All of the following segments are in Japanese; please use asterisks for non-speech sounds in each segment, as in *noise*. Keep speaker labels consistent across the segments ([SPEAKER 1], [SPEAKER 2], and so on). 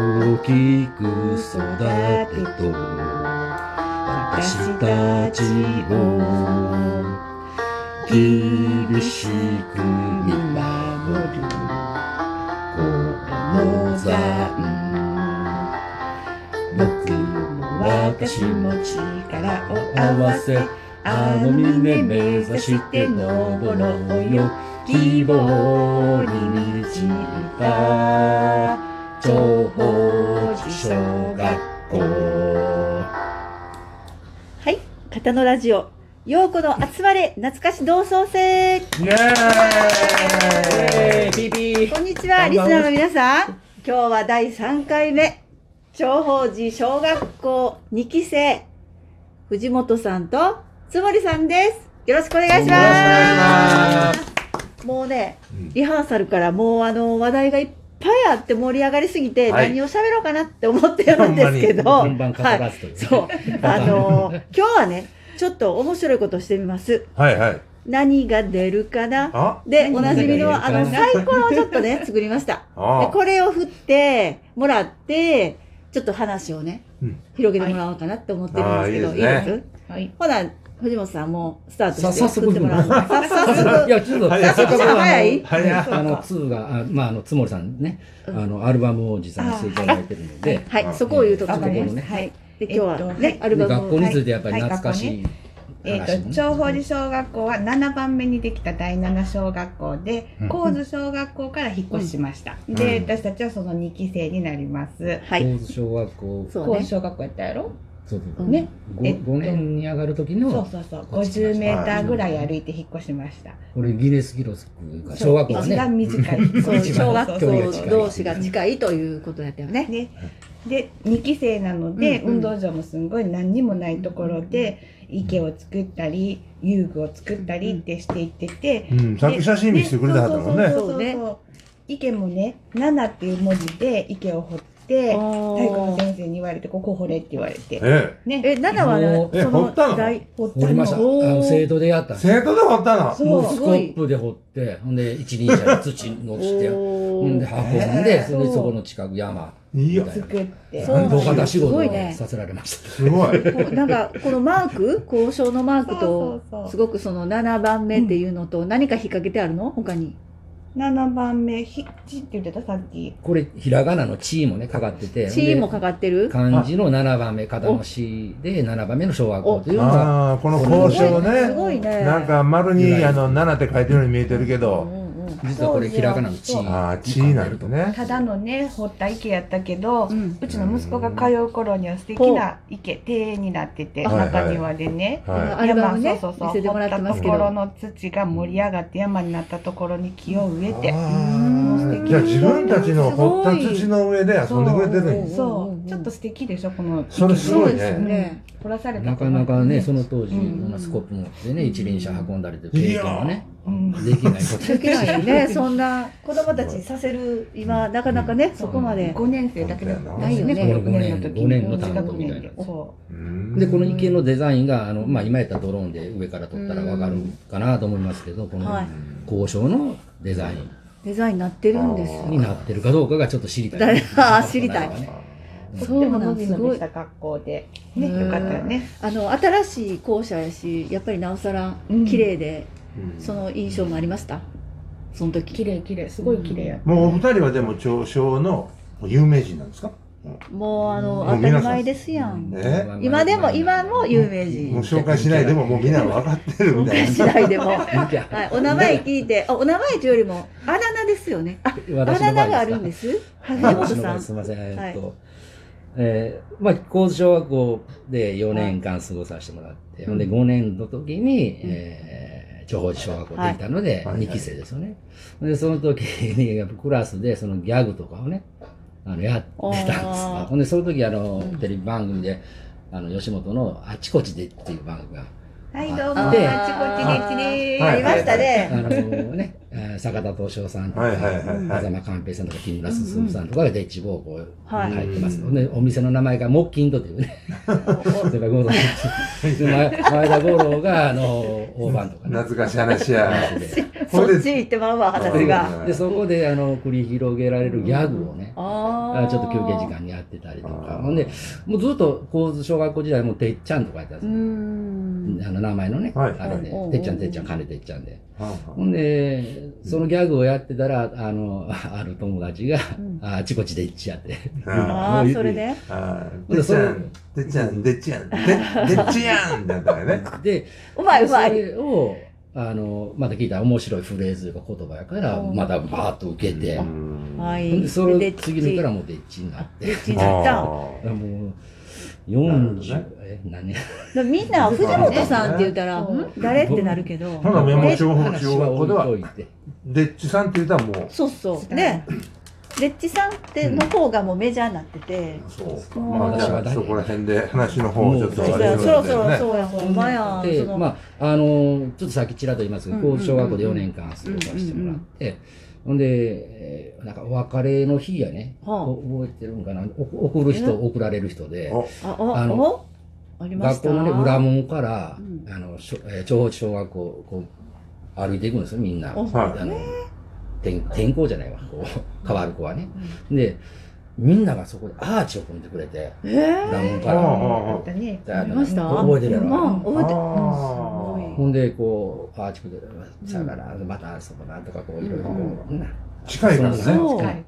[SPEAKER 1] きく育てと私たちを厳しく見守るこの山僕も私も力を合わせあの峰目指して登ろうよ希望に満ちた長寿小学校
[SPEAKER 2] はい、方のラジオ、ようこの集まれ、懐かし同窓生。こ
[SPEAKER 1] イエーイピーピー
[SPEAKER 2] んにちは、リスナーの皆さん。今日は第3回目、長宝寺小学校2期生、藤本さんとつもりさんです。よろしくお願いしま
[SPEAKER 1] よろしくお願いし
[SPEAKER 2] す。もうね、
[SPEAKER 1] うん
[SPEAKER 2] リハーサルからもうあの話題がいっぱいあって盛り上がりすぎて、
[SPEAKER 1] はい
[SPEAKER 2] 何を喋ろうかなって思ってるんですけど、
[SPEAKER 1] 本番かからずという
[SPEAKER 2] そう。あのー今日はね、ちょっと面白いことしてみます。
[SPEAKER 3] はいはい。
[SPEAKER 2] 何が出るかな
[SPEAKER 3] あ
[SPEAKER 2] で、おなじみの
[SPEAKER 1] 何が
[SPEAKER 2] あ
[SPEAKER 1] 出る
[SPEAKER 2] の、
[SPEAKER 1] かな
[SPEAKER 2] サイコロをちょっとね、作りました。
[SPEAKER 3] あ
[SPEAKER 2] で
[SPEAKER 3] あ。
[SPEAKER 2] これを振ってもらって、ちょっと話をね
[SPEAKER 3] うん、
[SPEAKER 2] 広げてもらおうかなって思ってるんですけど、
[SPEAKER 3] はいい
[SPEAKER 2] い
[SPEAKER 3] ああいいですね
[SPEAKER 2] です
[SPEAKER 4] はい。
[SPEAKER 2] ほな、藤本さんもうスタートして
[SPEAKER 1] さ早速
[SPEAKER 2] 作ってもらおう。さ早
[SPEAKER 1] い
[SPEAKER 2] 速。
[SPEAKER 1] や、ちょっと、
[SPEAKER 3] 早い
[SPEAKER 1] せっかくあの
[SPEAKER 2] 早い
[SPEAKER 3] 早い
[SPEAKER 1] あの、ツーが、あまあ、あの、つもりさんね、あ
[SPEAKER 2] うん
[SPEAKER 1] の、アルバムを持参していただいてるので、
[SPEAKER 2] はい、そこを言うとこ
[SPEAKER 4] わ
[SPEAKER 2] ろ
[SPEAKER 4] かり
[SPEAKER 2] で。
[SPEAKER 4] ますした。
[SPEAKER 2] は
[SPEAKER 4] はいい。。
[SPEAKER 2] で、今日は
[SPEAKER 4] え
[SPEAKER 2] ね
[SPEAKER 4] っ、と
[SPEAKER 2] アルバムを。
[SPEAKER 1] 学校についてやっぱり
[SPEAKER 4] はい
[SPEAKER 1] 懐かしい話も
[SPEAKER 4] えー、と
[SPEAKER 1] ね。
[SPEAKER 4] 長宝寺小学校は7番目にできた第7小学校で
[SPEAKER 1] うん
[SPEAKER 4] 神津小学校から引っ越しました、
[SPEAKER 3] ん
[SPEAKER 4] で
[SPEAKER 3] うん
[SPEAKER 4] 私たちはその2期生になります
[SPEAKER 2] はい。
[SPEAKER 1] 高津小学校、
[SPEAKER 2] そう
[SPEAKER 4] 神
[SPEAKER 2] ね
[SPEAKER 4] 津。小学校やったやろ
[SPEAKER 1] そうそう
[SPEAKER 2] うん
[SPEAKER 4] ねえっと
[SPEAKER 1] 5, 年に上がる時
[SPEAKER 4] そう
[SPEAKER 1] の、
[SPEAKER 4] そうそう
[SPEAKER 1] こっち来ました
[SPEAKER 4] 50メーターぐらい歩いて引っ越しました
[SPEAKER 1] これギネス記録が小学校は
[SPEAKER 4] そう一
[SPEAKER 1] ね、
[SPEAKER 4] 番短い
[SPEAKER 2] そう
[SPEAKER 1] 一番
[SPEAKER 2] 小学
[SPEAKER 1] 距離が
[SPEAKER 2] 校
[SPEAKER 1] 近い
[SPEAKER 2] 同士が近いということだったよね。
[SPEAKER 4] ね、で2期生なので、
[SPEAKER 2] うんうん
[SPEAKER 4] 運動場もすんごい何にもないところで池を作ったり遊具を作ったりってしていってて、
[SPEAKER 3] うん、さっき写真見せてくれたはったもんね。
[SPEAKER 4] そうそうそうそう池もね「7」っていう文字で池を掘って体育の
[SPEAKER 2] おー
[SPEAKER 4] 先生に言われて「ここ掘れ」って言われて
[SPEAKER 3] え
[SPEAKER 4] ね
[SPEAKER 2] え、7はね
[SPEAKER 3] え
[SPEAKER 2] そ
[SPEAKER 3] 掘ったの
[SPEAKER 2] 大
[SPEAKER 4] 掘った
[SPEAKER 1] 掘りました。あ
[SPEAKER 2] おー
[SPEAKER 1] の、生徒でやったん
[SPEAKER 3] え。
[SPEAKER 1] です
[SPEAKER 3] 生徒で掘ったの。
[SPEAKER 4] そ
[SPEAKER 1] もう
[SPEAKER 4] う
[SPEAKER 1] スコップで掘って、ほんで、一輪車で土のして、
[SPEAKER 2] お
[SPEAKER 1] ほんで、
[SPEAKER 2] ー
[SPEAKER 1] 運んで、それで
[SPEAKER 4] そう
[SPEAKER 1] そこの近く山、
[SPEAKER 3] いいよ。
[SPEAKER 4] 作って
[SPEAKER 2] そうなんだ
[SPEAKER 1] 動画出し
[SPEAKER 2] す
[SPEAKER 1] 事
[SPEAKER 2] ごい
[SPEAKER 1] を
[SPEAKER 2] ね
[SPEAKER 1] させられました。
[SPEAKER 3] すごい。
[SPEAKER 2] *laughs* こうなんかこのマーク交渉のマーク
[SPEAKER 4] そう
[SPEAKER 2] と
[SPEAKER 4] そうそう
[SPEAKER 2] すごくその7番目っていうのと何か引っ掛けてあるの他に
[SPEAKER 4] 7番目「ひっち」って言ってたさっき
[SPEAKER 1] これ、ひらがなの地位もね、かかってて、
[SPEAKER 2] 地位もかかって
[SPEAKER 1] で
[SPEAKER 2] る
[SPEAKER 1] 漢字の7番目、片の詩で7番目の小学校というのが、
[SPEAKER 3] ああ、この交渉
[SPEAKER 2] す
[SPEAKER 3] ね。
[SPEAKER 2] ごいね
[SPEAKER 3] なんか丸にあの7って書いてるように見えてるけ
[SPEAKER 2] う
[SPEAKER 3] ど、
[SPEAKER 2] んうん
[SPEAKER 1] 実はこれ、ひらがなの地位
[SPEAKER 3] ああ、地位なん
[SPEAKER 1] る
[SPEAKER 3] る
[SPEAKER 1] と
[SPEAKER 3] と。ね。
[SPEAKER 4] ただのね掘った池やったけど、
[SPEAKER 2] うん
[SPEAKER 4] うちの息子が通う頃には素敵な池庭園になってて
[SPEAKER 2] あ
[SPEAKER 4] 中庭でね、
[SPEAKER 3] は
[SPEAKER 2] アルバムね
[SPEAKER 4] そうそうそう
[SPEAKER 2] 見せてもらってますけど
[SPEAKER 4] 掘ったところの土が盛り上がって山になったところに木を植え
[SPEAKER 3] い。
[SPEAKER 4] て
[SPEAKER 3] ああじゃあ自分たちの掘った土の上で遊んでくれてるんや
[SPEAKER 2] す
[SPEAKER 4] そ
[SPEAKER 2] うんうんうん
[SPEAKER 4] うちょっと素敵でしょこの
[SPEAKER 3] それすご
[SPEAKER 2] そ
[SPEAKER 3] い
[SPEAKER 2] うです
[SPEAKER 3] ね。
[SPEAKER 2] ね
[SPEAKER 4] 掘らされた
[SPEAKER 1] なかなかね、その当時、
[SPEAKER 4] うん
[SPEAKER 1] こんなスコップ持ってね、一輪車運んだりで、経験はね、
[SPEAKER 4] うん
[SPEAKER 1] できないこと
[SPEAKER 2] できないよねそんな子供たちにさせる今なかなかねそこまで
[SPEAKER 4] 5年生だけだもん
[SPEAKER 2] ないよね
[SPEAKER 4] 5年の時
[SPEAKER 1] 五
[SPEAKER 4] に
[SPEAKER 1] 年の単語みたいな
[SPEAKER 4] そ
[SPEAKER 3] うん
[SPEAKER 1] で、この池のデザインが、あの、まあ、今やったらドローンで上から撮ったらわかるかなと思いますけど、こ
[SPEAKER 2] は
[SPEAKER 1] の
[SPEAKER 2] い
[SPEAKER 1] 交渉のデザイ
[SPEAKER 2] デザインになってるんです
[SPEAKER 1] ンに
[SPEAKER 2] よ
[SPEAKER 1] なってるかどうかがちょっと知りたい。
[SPEAKER 2] あー知りたい
[SPEAKER 4] とっ
[SPEAKER 2] そう
[SPEAKER 4] ても
[SPEAKER 2] な
[SPEAKER 4] 伸
[SPEAKER 2] ん
[SPEAKER 4] び
[SPEAKER 2] す
[SPEAKER 4] 伸
[SPEAKER 2] ごい
[SPEAKER 4] びした格好でね
[SPEAKER 2] うん
[SPEAKER 4] よかったよね
[SPEAKER 2] あの新しい校舎やしやっぱりなおさら
[SPEAKER 4] うん
[SPEAKER 2] 綺麗で
[SPEAKER 3] うん
[SPEAKER 2] その印象もありましたその時
[SPEAKER 4] 綺麗綺麗すごい綺麗やった
[SPEAKER 3] もうお二人はでも長小の有名人なんですか
[SPEAKER 2] もうあの
[SPEAKER 3] もう
[SPEAKER 2] 当た
[SPEAKER 3] 皆
[SPEAKER 2] り
[SPEAKER 3] さん
[SPEAKER 2] 前ですやん
[SPEAKER 3] ね
[SPEAKER 2] 今でも今も有名
[SPEAKER 3] もう
[SPEAKER 2] 人
[SPEAKER 3] 紹介しないでももうみんな分かってるみたいな。
[SPEAKER 2] 次第でも、は
[SPEAKER 1] 見て
[SPEAKER 2] い、お名前聞いてあお名前というよりもあだ名ですよねああ
[SPEAKER 1] 私
[SPEAKER 2] だ
[SPEAKER 1] の
[SPEAKER 2] 名
[SPEAKER 1] 場
[SPEAKER 2] があ
[SPEAKER 1] 合
[SPEAKER 2] るん
[SPEAKER 1] で
[SPEAKER 2] ですす
[SPEAKER 1] か。*laughs*
[SPEAKER 2] 藤本
[SPEAKER 1] 私の場
[SPEAKER 2] さ
[SPEAKER 1] 合
[SPEAKER 2] ん
[SPEAKER 1] すみません。
[SPEAKER 2] はい
[SPEAKER 1] えっと、えーまあ、高津小学校で4年間過ごさせてもらって、ほんで
[SPEAKER 2] うん
[SPEAKER 1] 5年の時に、えー、長宝寺小学校でいたので、
[SPEAKER 3] はい
[SPEAKER 1] 2期生ですよね。で、その時にクラスでそのギャグとかをね、あのやってたんです
[SPEAKER 2] あー
[SPEAKER 1] よ。ほんで、その時あの
[SPEAKER 2] うん、
[SPEAKER 1] テレビ番組で、あの、吉本のあちこちでっていう番組が
[SPEAKER 2] はい、どうも、あち
[SPEAKER 1] で
[SPEAKER 2] こちでちで
[SPEAKER 3] は
[SPEAKER 2] あ
[SPEAKER 3] い
[SPEAKER 2] りました
[SPEAKER 1] あ
[SPEAKER 2] ね。
[SPEAKER 1] のね、えー坂田敏夫さんとか、
[SPEAKER 3] はいはいはいは
[SPEAKER 1] 風
[SPEAKER 3] い。
[SPEAKER 1] 間寛平さんとか木村進さんとかがデッチボーこう
[SPEAKER 2] はい
[SPEAKER 1] 入ってますので、お店の名前がモッキンドという
[SPEAKER 3] *laughs*
[SPEAKER 1] ね、それからゴードンで前前田五郎があの大判とかね。
[SPEAKER 3] 懐かしい話や。
[SPEAKER 2] そっち行ってまうわ、
[SPEAKER 3] そ
[SPEAKER 2] 話
[SPEAKER 3] れ
[SPEAKER 2] が。
[SPEAKER 1] でそこであの繰り広げられるギャグをね、
[SPEAKER 2] あ
[SPEAKER 1] あ
[SPEAKER 2] あ。
[SPEAKER 1] ちょっと休憩時。間にやってたりとか
[SPEAKER 3] あー
[SPEAKER 1] ほんでもうずっと高津小学校時代もてっちゃんとかやってた
[SPEAKER 2] うん
[SPEAKER 1] ですよ
[SPEAKER 2] ん。
[SPEAKER 1] あの名前のね、
[SPEAKER 3] はい
[SPEAKER 1] あれで、
[SPEAKER 2] はい
[SPEAKER 1] てっちゃんてっちゃん金てっちゃんでほ
[SPEAKER 3] は
[SPEAKER 1] んでそのギャグをやってたらあの *laughs* ある友達が
[SPEAKER 2] うん
[SPEAKER 1] あちこちでっちやって
[SPEAKER 3] あ
[SPEAKER 2] ああ、それで。
[SPEAKER 3] あ
[SPEAKER 1] で
[SPEAKER 3] でっ
[SPEAKER 1] そ
[SPEAKER 3] ちゃ
[SPEAKER 1] れ
[SPEAKER 3] ん、でっちゃん、でっちゃん、ででっちやんだったよね。
[SPEAKER 1] で
[SPEAKER 2] うまいう
[SPEAKER 1] そ
[SPEAKER 2] まい。
[SPEAKER 1] れをあのまた聞いたら面白いフレーズとか言葉やから
[SPEAKER 2] うん
[SPEAKER 1] またバーッと受けて、
[SPEAKER 3] うん
[SPEAKER 2] は
[SPEAKER 1] ほん
[SPEAKER 2] い。
[SPEAKER 1] でそれ
[SPEAKER 2] で
[SPEAKER 1] 次の日からもうでっちになって
[SPEAKER 2] でっちに
[SPEAKER 3] あ
[SPEAKER 2] なった。
[SPEAKER 3] ー
[SPEAKER 1] もう
[SPEAKER 3] なるほど
[SPEAKER 1] 40、
[SPEAKER 3] ね
[SPEAKER 1] え何年
[SPEAKER 2] だからみんな、藤本さんって言ったら、
[SPEAKER 4] そうん
[SPEAKER 2] 誰ってなるけど。
[SPEAKER 3] ほなメモ帳本
[SPEAKER 1] 話
[SPEAKER 3] 中
[SPEAKER 1] は
[SPEAKER 3] 学校では
[SPEAKER 1] 置いといて。
[SPEAKER 3] でっちさんって言ったらもう、
[SPEAKER 2] そうそう。ね。レッチさんっての方がもうメジャーになってて。
[SPEAKER 3] そう。
[SPEAKER 2] うん
[SPEAKER 3] まあ、じゃあそこら辺で話の方をちょっと
[SPEAKER 1] うん
[SPEAKER 2] そ
[SPEAKER 3] あ
[SPEAKER 2] うや
[SPEAKER 3] れ
[SPEAKER 2] そ
[SPEAKER 3] する
[SPEAKER 2] ろ
[SPEAKER 3] ん
[SPEAKER 2] そ
[SPEAKER 3] だよ
[SPEAKER 2] ろ
[SPEAKER 3] ね
[SPEAKER 2] そうや、ほんまやん。
[SPEAKER 1] で、
[SPEAKER 2] その
[SPEAKER 1] まあ、あの、ちょっとさっきちらっと言いますけど、
[SPEAKER 2] うん
[SPEAKER 1] こう小学校で
[SPEAKER 2] うん
[SPEAKER 1] 4
[SPEAKER 2] うん
[SPEAKER 1] 年間過ごしてもらって、ほんで、えーなんかお別れの日やね、
[SPEAKER 2] はあ
[SPEAKER 1] こ覚えてるんかな、お送る
[SPEAKER 2] え
[SPEAKER 1] 人、送られる人で、
[SPEAKER 3] お
[SPEAKER 2] あ、お、
[SPEAKER 1] あの
[SPEAKER 2] おありまし
[SPEAKER 1] 学
[SPEAKER 2] た
[SPEAKER 1] 校のね、裏門から、
[SPEAKER 2] うん
[SPEAKER 1] あの、しょえー長北小学校をこう歩いていくんですよ、みんな。
[SPEAKER 2] お
[SPEAKER 1] あの、転転校じゃないわ、こう、変わる子はね。で、みんながそこでアーチを組んでくれて、
[SPEAKER 2] えー
[SPEAKER 1] 裏門か
[SPEAKER 3] あ
[SPEAKER 1] ら。
[SPEAKER 3] あ
[SPEAKER 4] あったね。
[SPEAKER 1] であ
[SPEAKER 2] あり
[SPEAKER 1] の
[SPEAKER 2] ました
[SPEAKER 1] 覚えてるやろ。
[SPEAKER 2] まあ、覚えて
[SPEAKER 3] あー
[SPEAKER 2] うんす
[SPEAKER 1] ほんで、こう、ああ、ちくで、さよなら、また、そこなんとか、こう、いろいろこう、な
[SPEAKER 3] 近いからね。
[SPEAKER 1] そう
[SPEAKER 2] そう
[SPEAKER 1] 近
[SPEAKER 4] い
[SPEAKER 1] い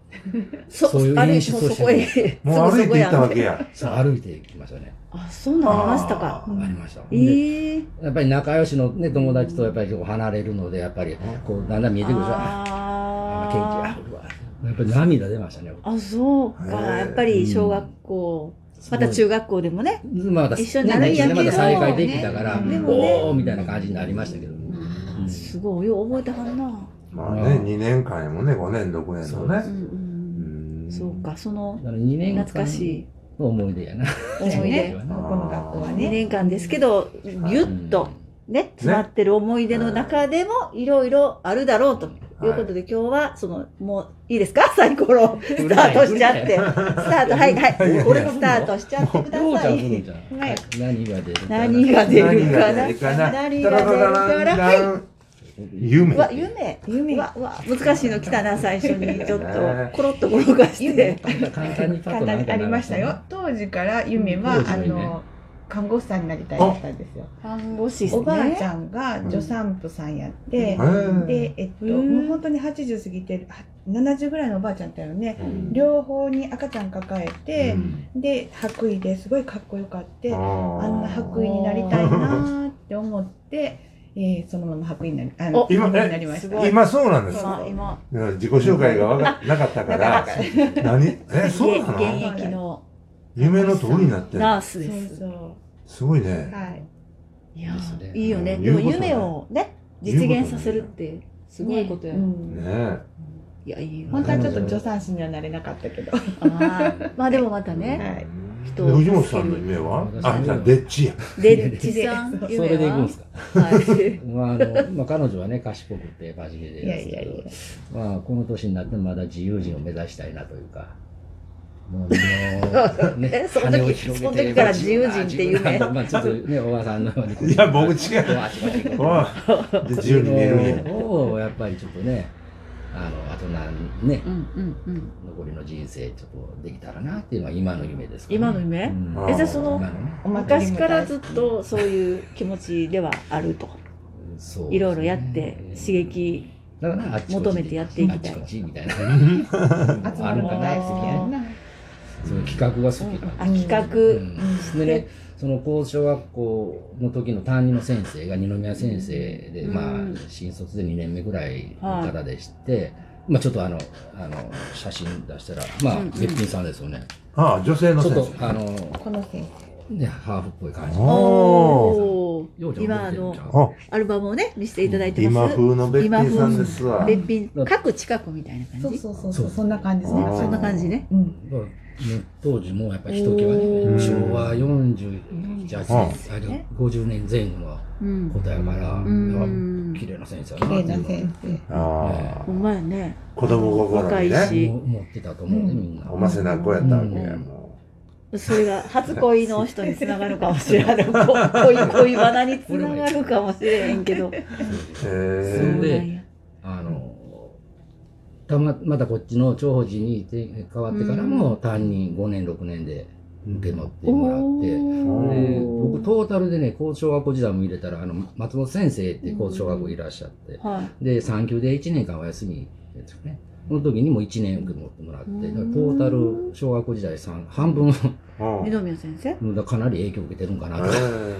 [SPEAKER 2] そ
[SPEAKER 1] そういう
[SPEAKER 2] あれ
[SPEAKER 1] 演出をして
[SPEAKER 2] もうそこへ
[SPEAKER 3] もう歩いて行ったわけや。
[SPEAKER 1] そう歩いていきましたね。
[SPEAKER 2] あ、そうなりましたか。
[SPEAKER 1] あ
[SPEAKER 4] うん
[SPEAKER 1] りました。ほんで
[SPEAKER 2] ええ。
[SPEAKER 1] やっぱり仲良しのね、友達とやっぱりこう離れるので、やっぱり、こう、だんだん見えてくるでしょ。ああ、ケン
[SPEAKER 2] あ
[SPEAKER 1] チ、あ、うわやっぱり涙出ましたね。
[SPEAKER 2] あ。あ、そうか。
[SPEAKER 3] へえ
[SPEAKER 2] やっぱり小学校、また中学校でもね。
[SPEAKER 1] まだ、
[SPEAKER 2] 一緒にな
[SPEAKER 4] るんやけ
[SPEAKER 1] ね
[SPEAKER 4] ど
[SPEAKER 1] まだ再会できたから、
[SPEAKER 4] ねでも
[SPEAKER 2] ね
[SPEAKER 1] おーみたいな感じになりましたけど。うん
[SPEAKER 2] すごい、よう覚えてはんな。
[SPEAKER 3] まあね、2年間やもんね、5年、6年の
[SPEAKER 1] そうで
[SPEAKER 2] う
[SPEAKER 3] ね。
[SPEAKER 2] んうん。そう。か、その
[SPEAKER 1] だから2年間
[SPEAKER 2] 懐かしい
[SPEAKER 1] の思い出やな。
[SPEAKER 2] 思い
[SPEAKER 1] *laughs*
[SPEAKER 2] 出。
[SPEAKER 4] この学校は
[SPEAKER 2] 2
[SPEAKER 4] ね。
[SPEAKER 2] 年間ですけど、ぎゅっと。ね、詰まってる思い出の中でもいろいろあるだろうということで、今日はそのもういいですかサイコロ
[SPEAKER 1] うん。
[SPEAKER 2] スタートしちゃってスタートはいはい
[SPEAKER 1] 俺が
[SPEAKER 2] スタートしちゃってくだ
[SPEAKER 1] ようち
[SPEAKER 2] さ
[SPEAKER 1] ゃん来るん
[SPEAKER 2] い
[SPEAKER 1] じゃん。
[SPEAKER 2] はい
[SPEAKER 1] 何が出るかな
[SPEAKER 2] 何が出るかな
[SPEAKER 3] 何が出るかな
[SPEAKER 2] 何が出るかなは
[SPEAKER 3] 夢。
[SPEAKER 2] いわ夢
[SPEAKER 4] 夢
[SPEAKER 2] うわうわ難しいの来たな最初にちょっと
[SPEAKER 3] ね
[SPEAKER 2] コロッと転がして *laughs*
[SPEAKER 1] 簡単にパッ
[SPEAKER 4] 簡
[SPEAKER 1] となん
[SPEAKER 4] 単
[SPEAKER 1] か
[SPEAKER 4] にありましたよ。当時から夢は、
[SPEAKER 1] うん当
[SPEAKER 4] あ
[SPEAKER 1] 時の夢
[SPEAKER 4] の看護師さんになりたいだったんですよ。
[SPEAKER 2] 看護師
[SPEAKER 4] おばあち
[SPEAKER 2] ん
[SPEAKER 4] ゃんが助産婦さんやって、
[SPEAKER 3] うん
[SPEAKER 4] で、えっと、
[SPEAKER 2] うん
[SPEAKER 4] もう本当に80過ぎてるは70ぐらいのおばあちゃんだよね、
[SPEAKER 3] うん
[SPEAKER 4] 両方に赤ちゃん抱えて、で白衣ですごいかっこよかって、あんな白衣になりたいなーって思って、えーそのまま白衣になりあの
[SPEAKER 2] お
[SPEAKER 4] 今
[SPEAKER 3] 今
[SPEAKER 4] になりまし
[SPEAKER 2] す
[SPEAKER 4] た。
[SPEAKER 2] ごい
[SPEAKER 3] 今そうなんです。
[SPEAKER 2] 今今
[SPEAKER 3] 自己紹介がわかなかったか
[SPEAKER 4] な
[SPEAKER 3] ら
[SPEAKER 4] かっ、
[SPEAKER 3] 何
[SPEAKER 2] *laughs*
[SPEAKER 3] え、
[SPEAKER 2] 現
[SPEAKER 3] そうなの
[SPEAKER 2] 現役の
[SPEAKER 3] 夢の通りになってる。
[SPEAKER 2] ナース
[SPEAKER 4] そう
[SPEAKER 2] です
[SPEAKER 4] そ
[SPEAKER 3] すごいうね。
[SPEAKER 4] はい。
[SPEAKER 2] いや
[SPEAKER 1] ですね
[SPEAKER 2] ーいいよね。
[SPEAKER 3] うん
[SPEAKER 2] でも
[SPEAKER 3] 言うことない
[SPEAKER 2] 夢をね、実現させるって、すごいことや。
[SPEAKER 4] うん
[SPEAKER 3] ね
[SPEAKER 2] いや、いいわ
[SPEAKER 4] 本当はちょっと助産師にはなれなかったけど、
[SPEAKER 2] あーまあでもまた
[SPEAKER 3] え。
[SPEAKER 2] ね、
[SPEAKER 4] はい
[SPEAKER 2] 人を
[SPEAKER 3] 藤本さんの夢はあ、じゃあ、でっちや。
[SPEAKER 2] でっちさん、
[SPEAKER 1] それでいくんですか。
[SPEAKER 2] はい。
[SPEAKER 1] まああのまあ彼女はね賢くて真面目で
[SPEAKER 4] いや
[SPEAKER 1] です
[SPEAKER 4] いや
[SPEAKER 1] け
[SPEAKER 4] いや
[SPEAKER 1] ど、まあこの年になってもまだ自由人を目指したいなというか。もうあの
[SPEAKER 2] え *laughs* その時
[SPEAKER 1] 羽を広げて
[SPEAKER 2] その時から自由人っていうね
[SPEAKER 1] まあまあちょっとねおばさんのように
[SPEAKER 3] いや僕違
[SPEAKER 1] こ
[SPEAKER 3] う
[SPEAKER 1] あちこちこう
[SPEAKER 3] おいで自由に寝るんや。
[SPEAKER 1] をやっぱりちょっとねあのあとなんね
[SPEAKER 2] うんうんうん。
[SPEAKER 1] 残りの人生ちょっとできたらなっていうのは今の夢ですかね、
[SPEAKER 2] 今の夢
[SPEAKER 1] うん
[SPEAKER 3] えじゃあそ
[SPEAKER 2] の
[SPEAKER 1] 今ね
[SPEAKER 4] お祭
[SPEAKER 2] 昔
[SPEAKER 4] りも
[SPEAKER 2] か
[SPEAKER 4] 大
[SPEAKER 2] ら
[SPEAKER 4] 好き
[SPEAKER 2] ずっとそういう気持ちではあると。
[SPEAKER 1] そうですね
[SPEAKER 2] いろいろやって、刺激。
[SPEAKER 1] だからあっちこち
[SPEAKER 2] 求めてやっていきたい
[SPEAKER 1] あっちこち
[SPEAKER 2] *laughs*
[SPEAKER 1] みたいな
[SPEAKER 2] かな
[SPEAKER 4] 集まるのが大好きやんな。
[SPEAKER 1] その企画が好きなん
[SPEAKER 2] あ、
[SPEAKER 1] で
[SPEAKER 2] 企
[SPEAKER 1] う
[SPEAKER 2] 画。
[SPEAKER 1] んでねその高小学校の時の担任の先生が二宮先生で、
[SPEAKER 2] うん
[SPEAKER 1] まあ新卒で2年目ぐらいの方でして、まあちょっとあのあの写真出したらまあ
[SPEAKER 2] うんうん
[SPEAKER 1] べっぴんさんですよね、
[SPEAKER 3] ああ、女性の
[SPEAKER 1] ちょ
[SPEAKER 3] 先
[SPEAKER 1] っ
[SPEAKER 3] 生。
[SPEAKER 1] とあの
[SPEAKER 4] この先
[SPEAKER 1] ねハーフっぽい感じ
[SPEAKER 3] お
[SPEAKER 2] おー
[SPEAKER 1] ようちゃん
[SPEAKER 2] 今
[SPEAKER 1] 覚え
[SPEAKER 2] あ
[SPEAKER 1] てるん
[SPEAKER 2] の
[SPEAKER 1] ちゃう
[SPEAKER 3] あ
[SPEAKER 2] アルバムをね見せていただいて
[SPEAKER 3] 今
[SPEAKER 2] ます。
[SPEAKER 3] 風のべっぴんさんですわ。
[SPEAKER 2] べっぴん各近くみたいな感
[SPEAKER 4] 生。そう
[SPEAKER 2] じ。
[SPEAKER 4] そうそうそうそんな感じですね
[SPEAKER 3] あ。ー
[SPEAKER 2] そんな感じね。
[SPEAKER 4] うん。
[SPEAKER 1] だからね当時もうやっぱり人気は
[SPEAKER 2] お
[SPEAKER 1] ね
[SPEAKER 2] ー
[SPEAKER 1] 昭和40じゃあ、
[SPEAKER 3] うん
[SPEAKER 1] あれ50年前後の
[SPEAKER 2] うん
[SPEAKER 1] ことやから、
[SPEAKER 2] うん
[SPEAKER 1] 綺麗な先生や
[SPEAKER 4] 綺
[SPEAKER 1] な
[SPEAKER 4] 麗な先生。
[SPEAKER 3] あ
[SPEAKER 2] ほんまやね
[SPEAKER 3] あ。子供心に
[SPEAKER 2] 若い
[SPEAKER 3] ね。
[SPEAKER 2] し
[SPEAKER 1] も思ってたと思うね、
[SPEAKER 4] うん
[SPEAKER 1] みんな。
[SPEAKER 3] おませな子やったわけ
[SPEAKER 1] う
[SPEAKER 3] や。
[SPEAKER 1] ん
[SPEAKER 3] も
[SPEAKER 2] それが初恋の人につながるかもしれない恋恋バナにつながるかもしれへんけど
[SPEAKER 3] うへ
[SPEAKER 2] そうな
[SPEAKER 1] そ
[SPEAKER 2] ん
[SPEAKER 1] う
[SPEAKER 3] え
[SPEAKER 1] で
[SPEAKER 2] や
[SPEAKER 1] あのたままたこっちの長保寺にて変わってからも担任5年6年で受け持ってもらって、
[SPEAKER 3] ー
[SPEAKER 1] で僕トータルでね高小学校時代も入れたらあの松本先生って高小学校いらっしゃって、
[SPEAKER 2] はい
[SPEAKER 1] で3級で1年間お休みですよねその時にも1年受け持ってもらって、
[SPEAKER 2] うん
[SPEAKER 1] だからトータル小学校時代3半分 *laughs*
[SPEAKER 3] うん
[SPEAKER 2] 二宮先生
[SPEAKER 1] だからかなり影響受けてるんかなと思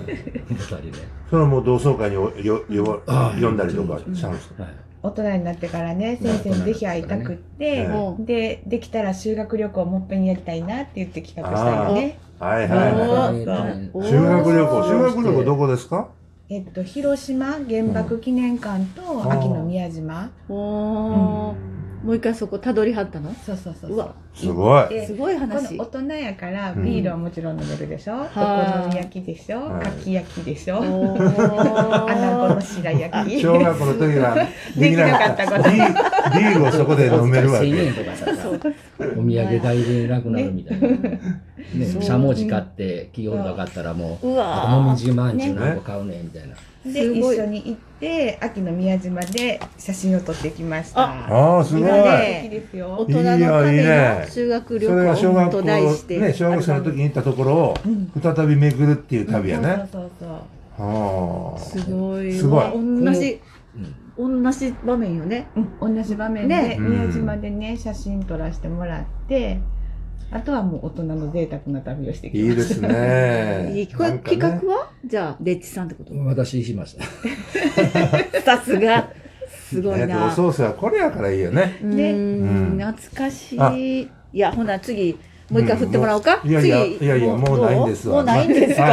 [SPEAKER 3] ええ
[SPEAKER 1] ったりね、
[SPEAKER 3] それはもう同窓会によよよ
[SPEAKER 1] ああ
[SPEAKER 3] 読んだりとかしたんですか
[SPEAKER 1] はい、
[SPEAKER 4] 大人になってからね、先生にぜひ会いたくって、
[SPEAKER 3] うん
[SPEAKER 2] も
[SPEAKER 4] で、できたら修学旅行もっぺんやりたいなって言って企画したよね。
[SPEAKER 3] はいはいは
[SPEAKER 2] おー
[SPEAKER 3] い。修学旅行、修学旅行どこですか
[SPEAKER 4] えっと、広島原爆記念館と秋の宮島。
[SPEAKER 2] おーもう一回そこたどりはったの
[SPEAKER 4] そうそうそう
[SPEAKER 2] う
[SPEAKER 4] そう
[SPEAKER 2] わ。
[SPEAKER 3] すごい。
[SPEAKER 4] です
[SPEAKER 2] ごい
[SPEAKER 4] こ
[SPEAKER 2] 話
[SPEAKER 4] の大人やから
[SPEAKER 3] うん
[SPEAKER 4] ビールはもちろん飲めるでしょ、お
[SPEAKER 2] はい
[SPEAKER 4] 好み焼きでしょ
[SPEAKER 3] はい
[SPEAKER 4] かき焼きでし
[SPEAKER 2] お
[SPEAKER 4] ょ
[SPEAKER 2] ー
[SPEAKER 4] 穴子の白焼き
[SPEAKER 3] 小学校の時はできなかった。
[SPEAKER 4] できなかったこと
[SPEAKER 3] ビービールをそこで飲めるわけ。
[SPEAKER 1] 1000円とかさ
[SPEAKER 2] そう
[SPEAKER 1] お土産代でなくなるみたいな。ね、
[SPEAKER 2] そう
[SPEAKER 1] しゃもじ買って、気温が上がったらもう、
[SPEAKER 2] う
[SPEAKER 1] も
[SPEAKER 2] わ
[SPEAKER 1] みじまんじゅう何個買うねんみたいな。
[SPEAKER 4] です
[SPEAKER 2] ごい
[SPEAKER 4] 一緒に行って秋の宮島で写真を撮ってきました
[SPEAKER 3] ああ、すごい。
[SPEAKER 2] みんな
[SPEAKER 4] 素
[SPEAKER 2] で
[SPEAKER 4] 敵です
[SPEAKER 2] 大
[SPEAKER 4] よ、
[SPEAKER 2] 人のた
[SPEAKER 3] いい
[SPEAKER 2] め
[SPEAKER 3] ね
[SPEAKER 2] の修学旅
[SPEAKER 3] それが小
[SPEAKER 2] 行
[SPEAKER 3] 学
[SPEAKER 2] と
[SPEAKER 3] 校、
[SPEAKER 2] 題して
[SPEAKER 3] ね、小学生の時に行ったところを
[SPEAKER 4] うん、
[SPEAKER 3] 再び巡るっていう旅やね。
[SPEAKER 4] そうそうそう
[SPEAKER 3] ああ。
[SPEAKER 2] すごい
[SPEAKER 3] すごい
[SPEAKER 2] 同じ
[SPEAKER 1] うん
[SPEAKER 2] 同じ場面よね
[SPEAKER 4] そう、うん、同じ場面で、
[SPEAKER 2] ね
[SPEAKER 4] 宮島でね写真撮らせてもらってあとはもう大人の贅沢な旅をしてき
[SPEAKER 3] いい
[SPEAKER 4] ま
[SPEAKER 3] で
[SPEAKER 4] し
[SPEAKER 3] すね。
[SPEAKER 2] いいこれ
[SPEAKER 3] なんか
[SPEAKER 2] 企
[SPEAKER 3] ね
[SPEAKER 2] 画はじゃあデッチさんってこと
[SPEAKER 1] 私しました。
[SPEAKER 2] さすがすごい
[SPEAKER 3] ねお
[SPEAKER 2] な
[SPEAKER 3] ソースはこれやからいいよね。
[SPEAKER 2] うーん
[SPEAKER 3] ね
[SPEAKER 2] 懐かし
[SPEAKER 3] あ
[SPEAKER 2] いいやほな次もう一回振ってもらおうか
[SPEAKER 3] うんもういやいや
[SPEAKER 2] 次
[SPEAKER 3] いやいやもうないんですわ
[SPEAKER 2] もうないんですか